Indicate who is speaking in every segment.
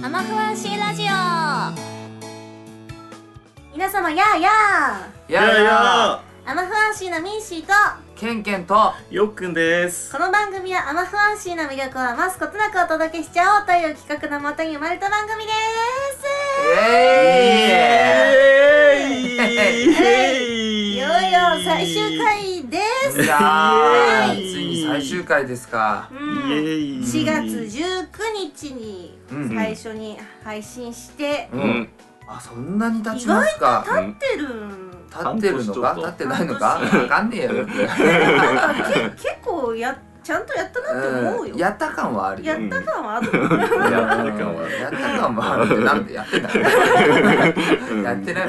Speaker 1: 生不安心ラジオ皆様やあや
Speaker 2: いやいや
Speaker 1: あ生不安心なミンシーと
Speaker 2: ケンケンと
Speaker 3: よっくんです
Speaker 1: この番組は生不安心な魅力を余すことなくお届けしちゃおうという企画のもとに生まれた番組で
Speaker 2: え
Speaker 1: す
Speaker 3: い
Speaker 1: いよいよ最終回です
Speaker 2: ーいやー
Speaker 3: イエーイ
Speaker 2: ついに最終回ですか
Speaker 1: うん
Speaker 3: イエーイ
Speaker 1: 4月19日に
Speaker 2: うん
Speaker 1: 最初に配信して
Speaker 2: う、
Speaker 3: うんん
Speaker 2: あそんなに経ちますか
Speaker 1: 経ってるん
Speaker 2: 立ってるのか
Speaker 3: 半年ちょっと
Speaker 2: 立ってないのか
Speaker 1: 半年
Speaker 2: わかんねえ よよく
Speaker 1: なんかけ 結構やちゃんとやったなって思う
Speaker 2: う
Speaker 1: よ
Speaker 2: ん、やった感はあるよ
Speaker 1: や
Speaker 2: う
Speaker 1: っ
Speaker 2: ん
Speaker 1: た感はある
Speaker 3: やってる感は
Speaker 2: やった感はあるってなんでやって んだ
Speaker 3: う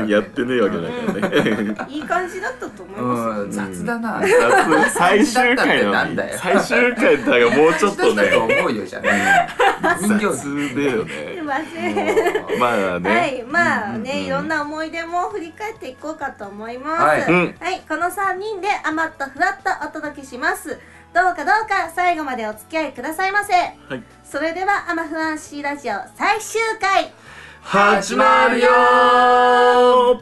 Speaker 3: ん
Speaker 2: やってないわけ
Speaker 3: やってないわけないからね
Speaker 1: いい感じだったと思いますよ
Speaker 2: うん雑だな
Speaker 3: 雑最終回
Speaker 2: 雑だった
Speaker 3: なの
Speaker 2: ってなん
Speaker 3: に
Speaker 2: だよ
Speaker 3: 最終回だがもうちょっと
Speaker 2: だと
Speaker 3: ね
Speaker 2: 思うよじゃない 人形
Speaker 3: 雑だよ
Speaker 1: すい
Speaker 3: ね
Speaker 1: ません
Speaker 2: ま
Speaker 3: まあ
Speaker 1: は
Speaker 3: ね
Speaker 1: い、まあね、
Speaker 3: うんうん
Speaker 1: いろんな思い出も振り返っていこうかと思います。
Speaker 2: は
Speaker 1: はいい、
Speaker 3: うん
Speaker 1: この3人で余ったふわっとお届けします。どうかどうか最後までお付き合いくださいませ。
Speaker 3: はい
Speaker 1: それでは、アマフアンシーラジオ最終回。
Speaker 3: 始まるよー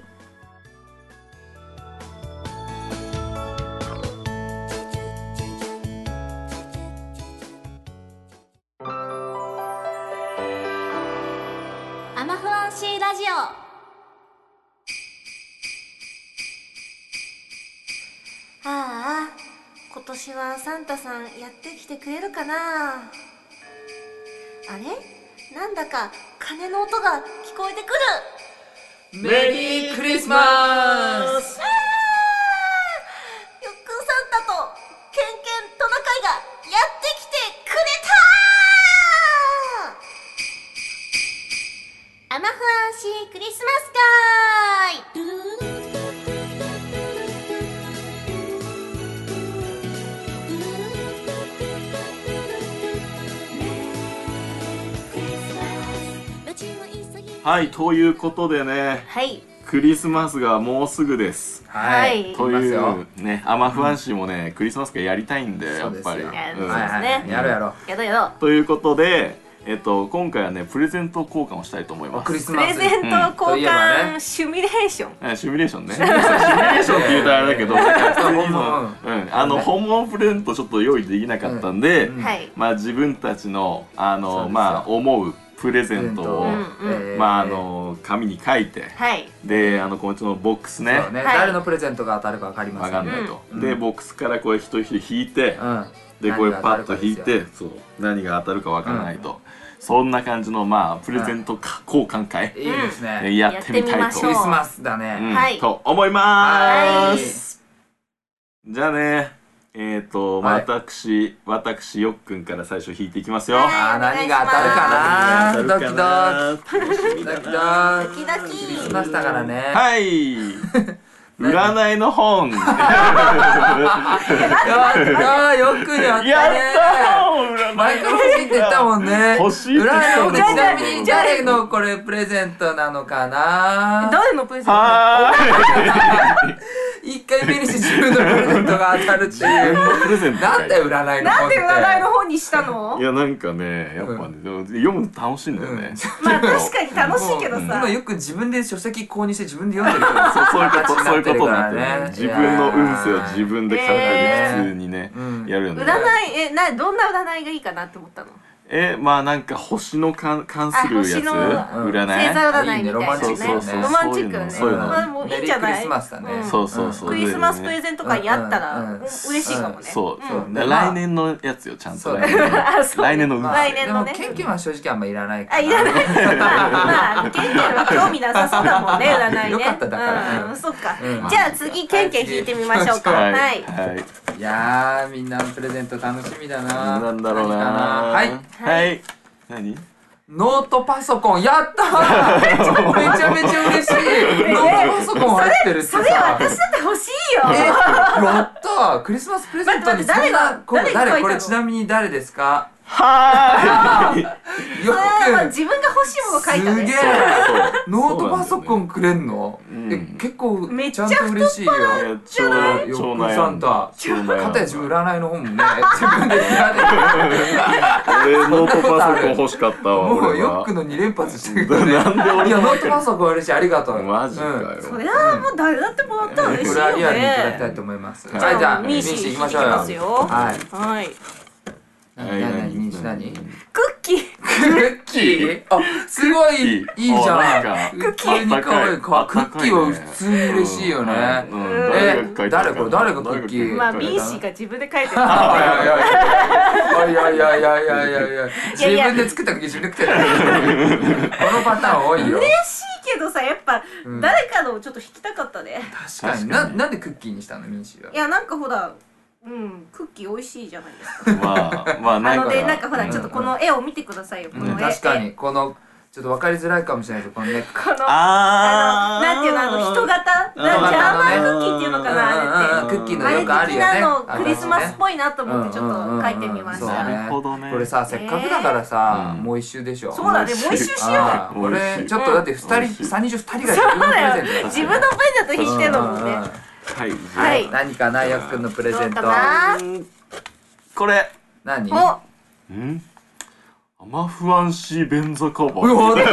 Speaker 1: アマフアンシーラジオ。ああ、今年はサンタさんやってきてくれるかな。あれなんだか鐘の音が聞こえてくる。
Speaker 2: メリークリスマス
Speaker 1: よっくんサンタとケンケントナカイがやってきてくれたアマフアンシークリスマス会
Speaker 3: はいということでね
Speaker 1: はい、
Speaker 3: クリスマスがもうすぐです
Speaker 1: はい
Speaker 3: とい
Speaker 2: 行き
Speaker 3: うねアマフアンシーもねクリスマス会やりたいんでやっぱり
Speaker 2: そうですよ
Speaker 1: や
Speaker 3: うん
Speaker 1: そうです
Speaker 2: はい
Speaker 1: ね
Speaker 2: はいやろうやろう
Speaker 1: やだよ
Speaker 3: ということで、えっと、今回はねプレゼント交換をしたいと思いま
Speaker 2: クリ
Speaker 3: す
Speaker 2: スマスといえばね
Speaker 1: シミュレーション
Speaker 3: えシミュレーション ねシミュレーションって言うとあれだけど
Speaker 2: いやいやいや
Speaker 3: なんか普通に
Speaker 2: 本物
Speaker 3: うんあの本物プレゼントちょっと用意できなかったんで、
Speaker 2: うん
Speaker 1: はい
Speaker 3: まあ自分たちのあ
Speaker 2: そうで
Speaker 3: の
Speaker 2: すよ
Speaker 3: まあ思うプレ
Speaker 2: プ
Speaker 3: ゼントを、
Speaker 1: うんうん
Speaker 3: まああの紙に書いて
Speaker 1: はい
Speaker 3: であのこっちのボックスね
Speaker 2: そうね、
Speaker 1: はい
Speaker 2: 誰のプレゼントが当たるかわかりま
Speaker 3: わ
Speaker 2: せ
Speaker 3: か
Speaker 2: ん
Speaker 3: ん
Speaker 2: ね
Speaker 3: ないと、
Speaker 2: うん
Speaker 3: でボックスからこれ一人一人引いて、
Speaker 2: うん
Speaker 3: でこれパッと引い
Speaker 2: 何
Speaker 3: てそう何が当たるかわからないと、そんな感じのまあプレゼントか交換
Speaker 2: が
Speaker 3: 会
Speaker 2: 当たるかですよいいですね、
Speaker 3: えやってみ
Speaker 1: やってみ
Speaker 3: た
Speaker 1: ま
Speaker 3: い
Speaker 1: し
Speaker 3: と
Speaker 1: ょ
Speaker 2: クリスマスだね、
Speaker 1: はい
Speaker 3: と思いま
Speaker 2: は
Speaker 3: ー
Speaker 2: い
Speaker 3: す、じゃあねえっ、ー、と、
Speaker 2: はい
Speaker 3: 私私よっくんから最初引いていきますよ、
Speaker 1: はい
Speaker 2: あー
Speaker 1: お願いし
Speaker 2: 何
Speaker 1: ます
Speaker 2: が当たるかなド
Speaker 3: キ
Speaker 2: キドキド
Speaker 3: ド
Speaker 2: キドキ
Speaker 1: ドキドキ
Speaker 2: クリスマスだからね、
Speaker 3: はい 占いの本
Speaker 2: やったーよくやったね
Speaker 3: やったー
Speaker 2: 前
Speaker 3: 占い
Speaker 2: から欲しいって言ったもんね
Speaker 3: 欲しいって言った
Speaker 2: 裏の
Speaker 3: もん
Speaker 2: ちなみに誰のこれプレゼントなのかな
Speaker 1: 誰のプレゼント
Speaker 3: は
Speaker 2: 一回目にして自分のプレゼントが当たるって
Speaker 3: ーい
Speaker 2: いう
Speaker 3: 自分のプレゼント
Speaker 2: なんだよ占いの
Speaker 1: な
Speaker 2: 本
Speaker 1: ん
Speaker 2: って
Speaker 1: で占いの方にしたの
Speaker 3: いやなんかねやっぱね、でも読むの楽しいん だよね、
Speaker 2: うん
Speaker 1: まあ確かに楽しいけど
Speaker 3: うん
Speaker 1: さ
Speaker 2: 今よく自分で書籍購入して自分で読んでる から
Speaker 3: そうそういうことそういうことになってる
Speaker 2: ね
Speaker 3: ね自分の運勢を自分で考え
Speaker 2: え
Speaker 3: て
Speaker 2: ー
Speaker 3: 普通にね、
Speaker 2: うん
Speaker 3: やるよね
Speaker 1: 占いえなどんな占いがいいかなって思ったの
Speaker 3: えまあなんか星のかん関するやつ
Speaker 1: あ星の
Speaker 2: うん
Speaker 1: 星
Speaker 3: 占い
Speaker 1: 座占いみたいなね
Speaker 3: いいねロマンチックだね
Speaker 1: ロマンチックだね
Speaker 3: そういうのそういうの
Speaker 1: まあもういいんじゃない
Speaker 2: メリークリスマスだね
Speaker 1: うん
Speaker 3: そうそうそう
Speaker 1: クリスマスプレゼント会やった
Speaker 2: うんうん
Speaker 1: ら
Speaker 2: うん
Speaker 1: うん嬉しいかもね
Speaker 3: そう、
Speaker 1: ん
Speaker 2: ん
Speaker 3: で
Speaker 2: まあ
Speaker 3: 来年のやつよちゃん
Speaker 2: そ
Speaker 3: と
Speaker 2: う
Speaker 3: 来年
Speaker 1: あそう
Speaker 3: の来年の運勢、
Speaker 1: まあ来年のね
Speaker 2: でもケンケンは正直あんまいらないか
Speaker 1: あ
Speaker 2: ら
Speaker 1: いらないまあまあケンケンは興味なさそうだもんね占いね
Speaker 2: よかっただから
Speaker 1: うんそっか
Speaker 2: うん
Speaker 1: じゃあ次ケンケン引いてみましょうか
Speaker 3: は
Speaker 1: は
Speaker 3: い、
Speaker 1: い
Speaker 3: はい、
Speaker 2: いやーみんなのプレゼント楽しみだな
Speaker 3: なんだろうな
Speaker 2: 何かはい
Speaker 3: はい、はい、何
Speaker 2: ノートパソコンやった ーめちゃめちゃ嬉しいノートパソコン入ってるって
Speaker 1: それ
Speaker 2: さ
Speaker 1: 私だって欲ししいよ、
Speaker 2: えやったークリスマスプレゼントに
Speaker 1: 待って待って誰が
Speaker 2: こ
Speaker 1: 誰
Speaker 2: れ
Speaker 1: が書いたの
Speaker 2: 誰これちなみに誰ですか
Speaker 3: はーい
Speaker 2: よ
Speaker 1: あーまあ
Speaker 2: く
Speaker 1: 自分が欲しいもの書いた
Speaker 2: すげ
Speaker 1: ね
Speaker 2: え
Speaker 3: そう
Speaker 2: ノートパソコンくれんの
Speaker 3: うん
Speaker 2: え結構
Speaker 1: めっ
Speaker 2: ち
Speaker 1: ちゃ
Speaker 2: ゃんと嬉しいよ
Speaker 3: いや超
Speaker 2: よ
Speaker 3: 超
Speaker 2: くサ
Speaker 3: 悩
Speaker 2: ン
Speaker 3: ん
Speaker 2: タ
Speaker 3: だ
Speaker 2: かたや自分占いの本もね自分で選んで
Speaker 3: 俺ノートパソコン欲しかったわ
Speaker 2: もう
Speaker 3: 俺
Speaker 2: ヨ
Speaker 3: は
Speaker 2: ックの2連発してくるね
Speaker 3: なんで俺の
Speaker 2: いやノートパソコン嬉しいありがとう
Speaker 3: マジか
Speaker 2: うん
Speaker 3: よ
Speaker 1: そりゃあもう誰だってもらったら嬉し
Speaker 2: こ
Speaker 1: い
Speaker 2: れは
Speaker 1: よ
Speaker 2: リアルにいただきた
Speaker 1: ね
Speaker 2: いと思います。
Speaker 3: うん
Speaker 2: はい、じゃあ、
Speaker 1: ミ
Speaker 2: ミ
Speaker 1: ー
Speaker 2: ー
Speaker 1: シ
Speaker 2: シ
Speaker 1: ー
Speaker 2: ー行きましょうよ。
Speaker 1: 行きますよ
Speaker 2: はい。
Speaker 1: はい
Speaker 3: はい
Speaker 2: 何何ミーシー何
Speaker 3: 何
Speaker 1: クッキー
Speaker 2: クッキーあ、すごい、いい
Speaker 3: クッキー
Speaker 2: じゃ
Speaker 3: あ
Speaker 2: ん。
Speaker 3: なん
Speaker 1: か
Speaker 2: 普通に可愛い。かク
Speaker 3: あ
Speaker 2: ッ
Speaker 3: った
Speaker 2: キ
Speaker 3: かいね
Speaker 2: ーは普通に嬉しいよね。
Speaker 3: う
Speaker 2: は
Speaker 3: ん
Speaker 1: うん
Speaker 3: 誰が書いた
Speaker 2: え誰これ誰がクッキー
Speaker 1: まあ
Speaker 2: こ
Speaker 1: B
Speaker 2: れだ
Speaker 1: c
Speaker 2: な
Speaker 1: が自分で書い てる
Speaker 2: いはいはい。いやいやいやいやいやいや。自
Speaker 1: いや
Speaker 2: 分で作ったクッキー自分で食ってた。このパターン多いよ。
Speaker 1: 嬉しいけどさやっぱ
Speaker 2: うん
Speaker 1: 誰かのをちょっと引きたかったね、。
Speaker 2: 確かに。ななんでクッキーにしたのミーシーはい
Speaker 1: やなんかほらうんクッキー美味しいじゃないですか
Speaker 3: まあまあ
Speaker 1: な
Speaker 3: なん
Speaker 1: の
Speaker 3: か
Speaker 1: でなんかほら
Speaker 2: うん
Speaker 1: ちょっとこの絵を見てくださいよこ
Speaker 2: う
Speaker 1: の
Speaker 2: ん、
Speaker 1: 絵
Speaker 2: 確か
Speaker 1: 絵
Speaker 2: に。この、ちょっと分かりづらいかもしれないけど、このね、
Speaker 1: このあ
Speaker 3: あ
Speaker 1: のなんていうのあの人型なジャーマンクッキーっていうのかなあれって
Speaker 2: クッキー
Speaker 1: あ
Speaker 2: の
Speaker 1: れ
Speaker 2: よ
Speaker 1: 的
Speaker 2: くあるよね
Speaker 1: なの
Speaker 2: あ
Speaker 1: クリスマスっ
Speaker 2: い
Speaker 1: ぽいなと思ってちょっと書いてみまし
Speaker 3: うんうんうんうんそう
Speaker 1: た
Speaker 3: ねなるほどね
Speaker 2: これさせっかくだからさ、
Speaker 3: うん
Speaker 2: もう一周でしょ
Speaker 1: そうだねもう一周しよう
Speaker 2: あーこれ
Speaker 3: 美味しい
Speaker 2: ちょっとだって
Speaker 3: 美
Speaker 2: 二
Speaker 3: 味し
Speaker 2: 人
Speaker 3: い
Speaker 2: 三人中二人が自
Speaker 1: そう
Speaker 2: 分のプ
Speaker 1: だ
Speaker 2: レ
Speaker 1: よ
Speaker 2: ゼントだ
Speaker 1: 自分のプレゼント引いてんのもんね
Speaker 2: うんうんうん
Speaker 3: はい
Speaker 1: は
Speaker 3: はいい
Speaker 2: 何かなヤッくんのプレゼン
Speaker 1: ど
Speaker 2: ト
Speaker 1: うか
Speaker 3: これ
Speaker 2: 何
Speaker 1: お
Speaker 3: んアマフアンシー便座カバ
Speaker 2: う
Speaker 3: ー
Speaker 2: わだ
Speaker 3: え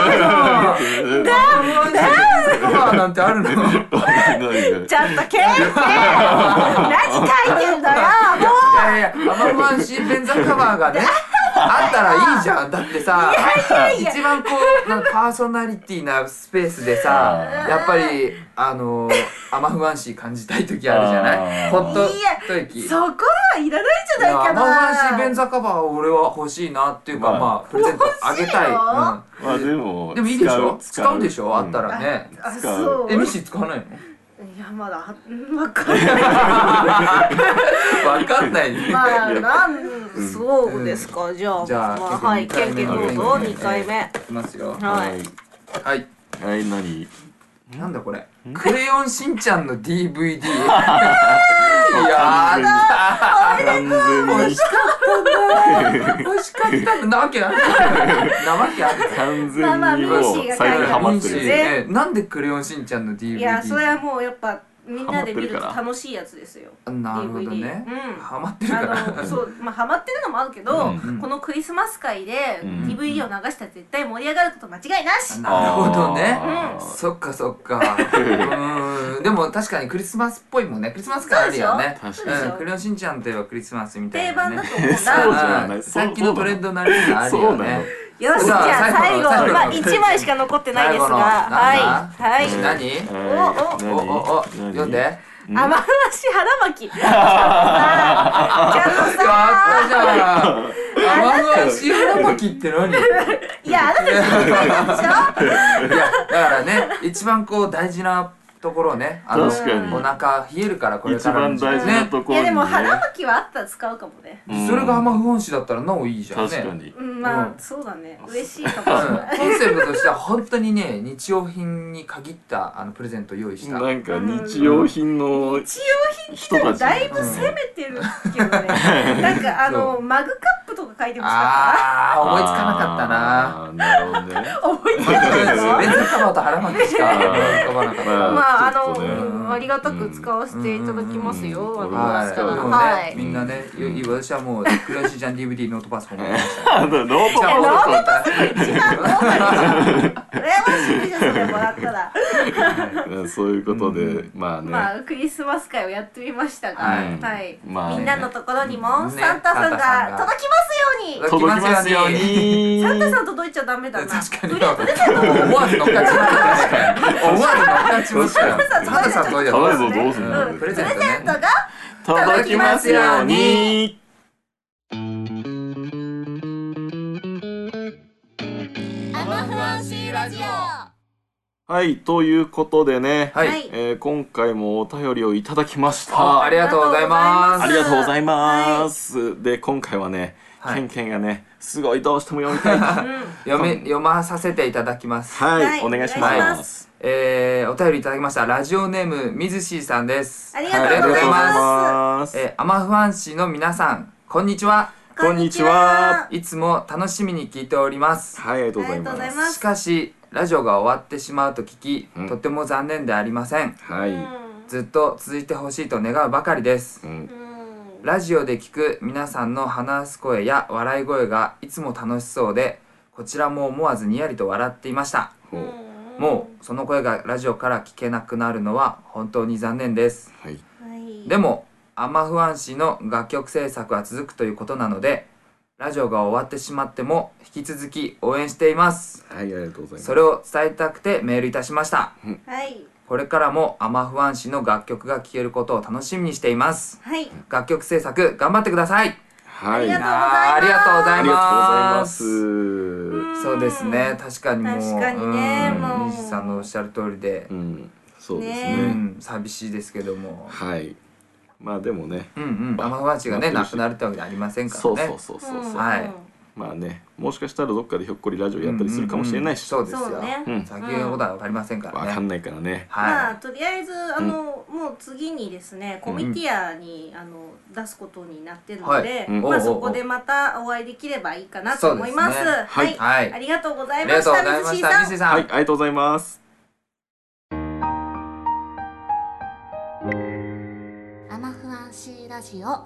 Speaker 3: ー
Speaker 2: カバーなんてあるのい
Speaker 3: 何
Speaker 1: ちゃんとけーって何書いてんだよもう
Speaker 2: やいやアマフアンシーペンザカバーがねあったらいいじゃんだってさ
Speaker 1: いや
Speaker 2: 一番こうなんかパーソナリティなスペースでさ
Speaker 3: あー
Speaker 2: やっぱりあのー、甘不安視感じたい時あるじゃない
Speaker 3: あー
Speaker 2: ほっと
Speaker 1: いや
Speaker 2: 一息
Speaker 1: そこはいらないんじゃないか
Speaker 2: 甘不安視
Speaker 1: な
Speaker 2: 便座カバーを俺は欲しいなっていうか
Speaker 3: まあ
Speaker 2: まあプレゼントあげたい、
Speaker 1: 欲しいよ
Speaker 3: まあでも
Speaker 2: うん、でもいいでしょ使うでしょ、あった
Speaker 3: ら
Speaker 2: らね
Speaker 1: あ
Speaker 3: 使う
Speaker 1: そう
Speaker 2: えミシ使わないの
Speaker 1: いやまだうんわかんない
Speaker 2: わかんないね、
Speaker 1: まあなんそうですかじゃあ
Speaker 2: じゃあ
Speaker 1: まあはい
Speaker 2: ケ
Speaker 1: ケ
Speaker 2: ン
Speaker 1: ン
Speaker 2: ケ
Speaker 1: ケ
Speaker 2: ン
Speaker 1: ンどうぞ
Speaker 2: ケンケン
Speaker 1: 2回目
Speaker 2: いきますよ
Speaker 1: は
Speaker 3: はい
Speaker 2: はい
Speaker 3: はい何
Speaker 2: なんだこれクレヨンしんちゃんの DVD いやー
Speaker 3: 完全
Speaker 2: 欲
Speaker 3: に
Speaker 2: しかったんだよ欲しかったんだなわ けあるなわけある
Speaker 3: 完
Speaker 1: まあまあ
Speaker 3: 全にもう最近ハマって
Speaker 1: ミンシ
Speaker 3: る
Speaker 1: ーが書いた
Speaker 2: ねなんでクレヨンしんちゃんの DVD
Speaker 1: いやそれはもうやっぱみんなで見ると楽しいやつですよ
Speaker 2: なるほどね
Speaker 1: DVD うん
Speaker 2: ハマってるか
Speaker 1: あ
Speaker 2: ら
Speaker 1: のそうまあハマってるのもあるけど、
Speaker 3: うん
Speaker 2: うん
Speaker 1: このクリスマス会で
Speaker 3: うん
Speaker 1: DVD を流したら絶対盛り上がること間違いなし、
Speaker 2: なるほどね
Speaker 3: あ ー
Speaker 2: そっかそっかうーんでも確かにクリスマスっぽいもんねクリスマス感あるよね
Speaker 3: そうでしょ
Speaker 1: 確かに
Speaker 2: うんクレヨンしんちゃんといえばクリスマスみた
Speaker 1: 定
Speaker 2: いな
Speaker 1: 番
Speaker 2: ね
Speaker 1: だと思う
Speaker 3: そ
Speaker 1: な
Speaker 3: うじゃない
Speaker 2: うん最近のトレンドなりにある
Speaker 3: そ
Speaker 2: よ
Speaker 3: うな
Speaker 2: ね
Speaker 3: の
Speaker 1: よしじ
Speaker 2: さあ
Speaker 1: ゃあ最
Speaker 2: 最
Speaker 1: 後
Speaker 2: 後
Speaker 1: まあ
Speaker 2: 最後
Speaker 1: 1枚しか残ってないですが
Speaker 2: 最後のなん
Speaker 1: は
Speaker 2: だ
Speaker 1: い
Speaker 2: うん
Speaker 1: はい
Speaker 2: 何
Speaker 3: はい
Speaker 2: おおおお
Speaker 3: 何
Speaker 2: 読んで
Speaker 1: 雨話腹 巻きちゃんとさちゃんとさ
Speaker 2: やったじゃん甘々わし腹巻きって何いや
Speaker 1: いやあなた心配なんでしょ
Speaker 2: だからね一番こう大事なところをねあの
Speaker 3: 確かに
Speaker 2: お腹冷えるからこれ
Speaker 3: 一
Speaker 2: から
Speaker 3: 番
Speaker 2: の時期ね
Speaker 3: 大事なとこ
Speaker 1: い
Speaker 3: ろ
Speaker 1: やで
Speaker 3: にね
Speaker 1: も腹巻きはあったら使うかもね
Speaker 3: うん
Speaker 2: それが甘不安視だったらなおいいじゃんね
Speaker 3: 確かに
Speaker 1: うんまあ、
Speaker 2: うん
Speaker 1: そうだね嬉しいかもしれない
Speaker 2: うんコンセプトとしては本当にね日用品に限ったあのプレゼントを用意した
Speaker 3: なんか日用品の
Speaker 1: 日用品ってだいぶ攻めてるけどね、なんかあのマグカップとか書いてましたか
Speaker 2: あー思いつかなかったな
Speaker 3: あーなるほどね
Speaker 1: ら思い出し
Speaker 3: ー
Speaker 2: レンズカバーと腹巻きしか思い浮かばなかっ
Speaker 1: ま
Speaker 2: た
Speaker 3: あー
Speaker 1: ああ
Speaker 3: ちょ
Speaker 1: の、
Speaker 3: っとね
Speaker 1: うんありがたく使わせていただきますよ、
Speaker 3: うんうんうん
Speaker 1: 私から
Speaker 3: うん
Speaker 1: は、
Speaker 2: はいい、でもね、みんなね、よいい私はもう、クレヨンしんちゃん DVD ノートパソコン持ってました。
Speaker 3: あのロート
Speaker 1: や
Speaker 3: パ
Speaker 1: ノー
Speaker 3: ソ
Speaker 1: ト
Speaker 3: コンだ
Speaker 1: 一番豪華でしょ羨ましいじゃんそれもらったら
Speaker 3: うんそういうことで、
Speaker 2: う
Speaker 3: まあね、
Speaker 1: まあクリスマス会をやってみましたが、
Speaker 2: は
Speaker 1: はい
Speaker 2: い
Speaker 3: まあね
Speaker 1: みんなのところにも
Speaker 2: ね
Speaker 1: サンタさん
Speaker 2: サン
Speaker 1: が
Speaker 2: タさんが
Speaker 1: 届きますように
Speaker 3: 届きますように
Speaker 1: サンタさん届いちゃダメだな
Speaker 2: 確かに。
Speaker 1: プレプレゼント
Speaker 2: 思わず乗っかっちゃった。思わず乗っかっちまっ
Speaker 1: サ
Speaker 2: たよ。
Speaker 1: ンタさん
Speaker 2: サンタさんどうや
Speaker 3: 届くぞどうすん
Speaker 2: うん
Speaker 3: の
Speaker 2: プレ
Speaker 1: プ
Speaker 2: ゼン
Speaker 1: レ
Speaker 2: ト
Speaker 1: ゼ
Speaker 2: ね
Speaker 1: ント。が
Speaker 3: 届きますようにはいということでね、
Speaker 2: は
Speaker 1: はい
Speaker 2: い。
Speaker 3: えー今回もお便りをいただきました
Speaker 2: あありがとうございます。
Speaker 1: あ
Speaker 3: あ
Speaker 1: り
Speaker 3: り
Speaker 1: が
Speaker 3: が
Speaker 1: とう
Speaker 3: とう
Speaker 1: ご
Speaker 3: ご
Speaker 1: ざ
Speaker 3: ざ
Speaker 1: い
Speaker 3: い
Speaker 1: ま
Speaker 3: ます。で今回はね、
Speaker 2: はい
Speaker 3: ケンケンがねすごいどうしても読みたいとは
Speaker 2: 読め読まさせていただきます、
Speaker 3: い、
Speaker 1: はい
Speaker 3: お願いし
Speaker 2: お願いし
Speaker 3: ま
Speaker 1: ます
Speaker 2: えーお便りいただきましたラジオネーム水しーさんです
Speaker 1: あり
Speaker 3: はい
Speaker 1: が
Speaker 3: あり
Speaker 1: とう
Speaker 3: がと
Speaker 1: ご
Speaker 3: う
Speaker 1: ざ
Speaker 3: ござ
Speaker 1: い
Speaker 3: い
Speaker 1: ま
Speaker 3: ます、
Speaker 2: えーアマファンシーの皆さんこんにちは
Speaker 1: す
Speaker 3: こんにちはい
Speaker 2: つも楽しみに聞いております
Speaker 3: はいありがとうござい
Speaker 1: ありが
Speaker 3: ま
Speaker 1: とうござい
Speaker 3: す
Speaker 1: ます
Speaker 2: しかしラジオが終わってしまうと聞き、
Speaker 3: うん
Speaker 2: とても残念でありません
Speaker 3: はい、
Speaker 1: うん
Speaker 2: ずっと続いてほしいと願うばかりです
Speaker 3: うん、
Speaker 1: うん
Speaker 2: ラジオで聞く皆さんの話す声や笑い声がいつも楽しそうでこちらも思わずにやりと笑っていました
Speaker 3: ほう
Speaker 2: もうその声がラジオから聞けなくなるのは本当に残念です
Speaker 3: はい、
Speaker 1: はい
Speaker 2: でもアマフアン氏の楽曲制作は続くということなのでラジオが終わってしまっても引き続き応援しています
Speaker 3: はい、ありがとうございます
Speaker 2: それを伝えたくてメールいたしました
Speaker 1: はい
Speaker 2: これからもアマフアン氏の楽曲が聴けることを楽しみにしています
Speaker 1: はい
Speaker 2: 楽曲制作頑張ってください
Speaker 3: は
Speaker 1: ありが
Speaker 3: い
Speaker 1: とうございます
Speaker 2: あーありがとうござ
Speaker 3: あ
Speaker 2: い
Speaker 3: りがとうござい
Speaker 2: ま
Speaker 3: ますす。う
Speaker 2: そうですね確かにもう
Speaker 1: 確かにね
Speaker 2: うん
Speaker 1: もう
Speaker 2: 西さんのおっしゃる通りで、
Speaker 3: ん、そうです
Speaker 2: う
Speaker 1: ね
Speaker 3: ね。
Speaker 2: ん、寂しいですけども
Speaker 3: はい。まあでもね、
Speaker 2: うんうんアマフアン氏がね
Speaker 3: まあ
Speaker 2: 亡くなるってわけじゃありませんからね
Speaker 3: そうそうそうそうそう。
Speaker 2: はい
Speaker 3: まあね、もしかしたらどっかでひょっこりラジオやったりするかもしれないし、
Speaker 2: うん
Speaker 3: わ
Speaker 2: うんうんそうです
Speaker 1: そ
Speaker 2: よ、
Speaker 1: うね
Speaker 3: うん
Speaker 2: 先のことは分かりませんからね、
Speaker 3: かんないからね。
Speaker 1: ま
Speaker 2: は
Speaker 1: あ
Speaker 2: い
Speaker 1: とりあえずあの、もう次にですねコミティアに、あの出すことになってるので、
Speaker 3: はいうん
Speaker 1: まあ、
Speaker 2: おうおうおう
Speaker 1: そこでまたお会いできればいいかなと思います
Speaker 2: そうですね
Speaker 1: はい、
Speaker 2: はい
Speaker 1: ありがとうござ
Speaker 2: あ
Speaker 1: い
Speaker 2: り
Speaker 1: ま
Speaker 2: が
Speaker 1: し
Speaker 2: とうご
Speaker 1: た
Speaker 2: ざいま
Speaker 1: 水
Speaker 2: し
Speaker 1: 井
Speaker 2: た
Speaker 1: さん
Speaker 2: 西井さん、
Speaker 3: はい、ありがとうございます。
Speaker 4: アマフアンシーラジオ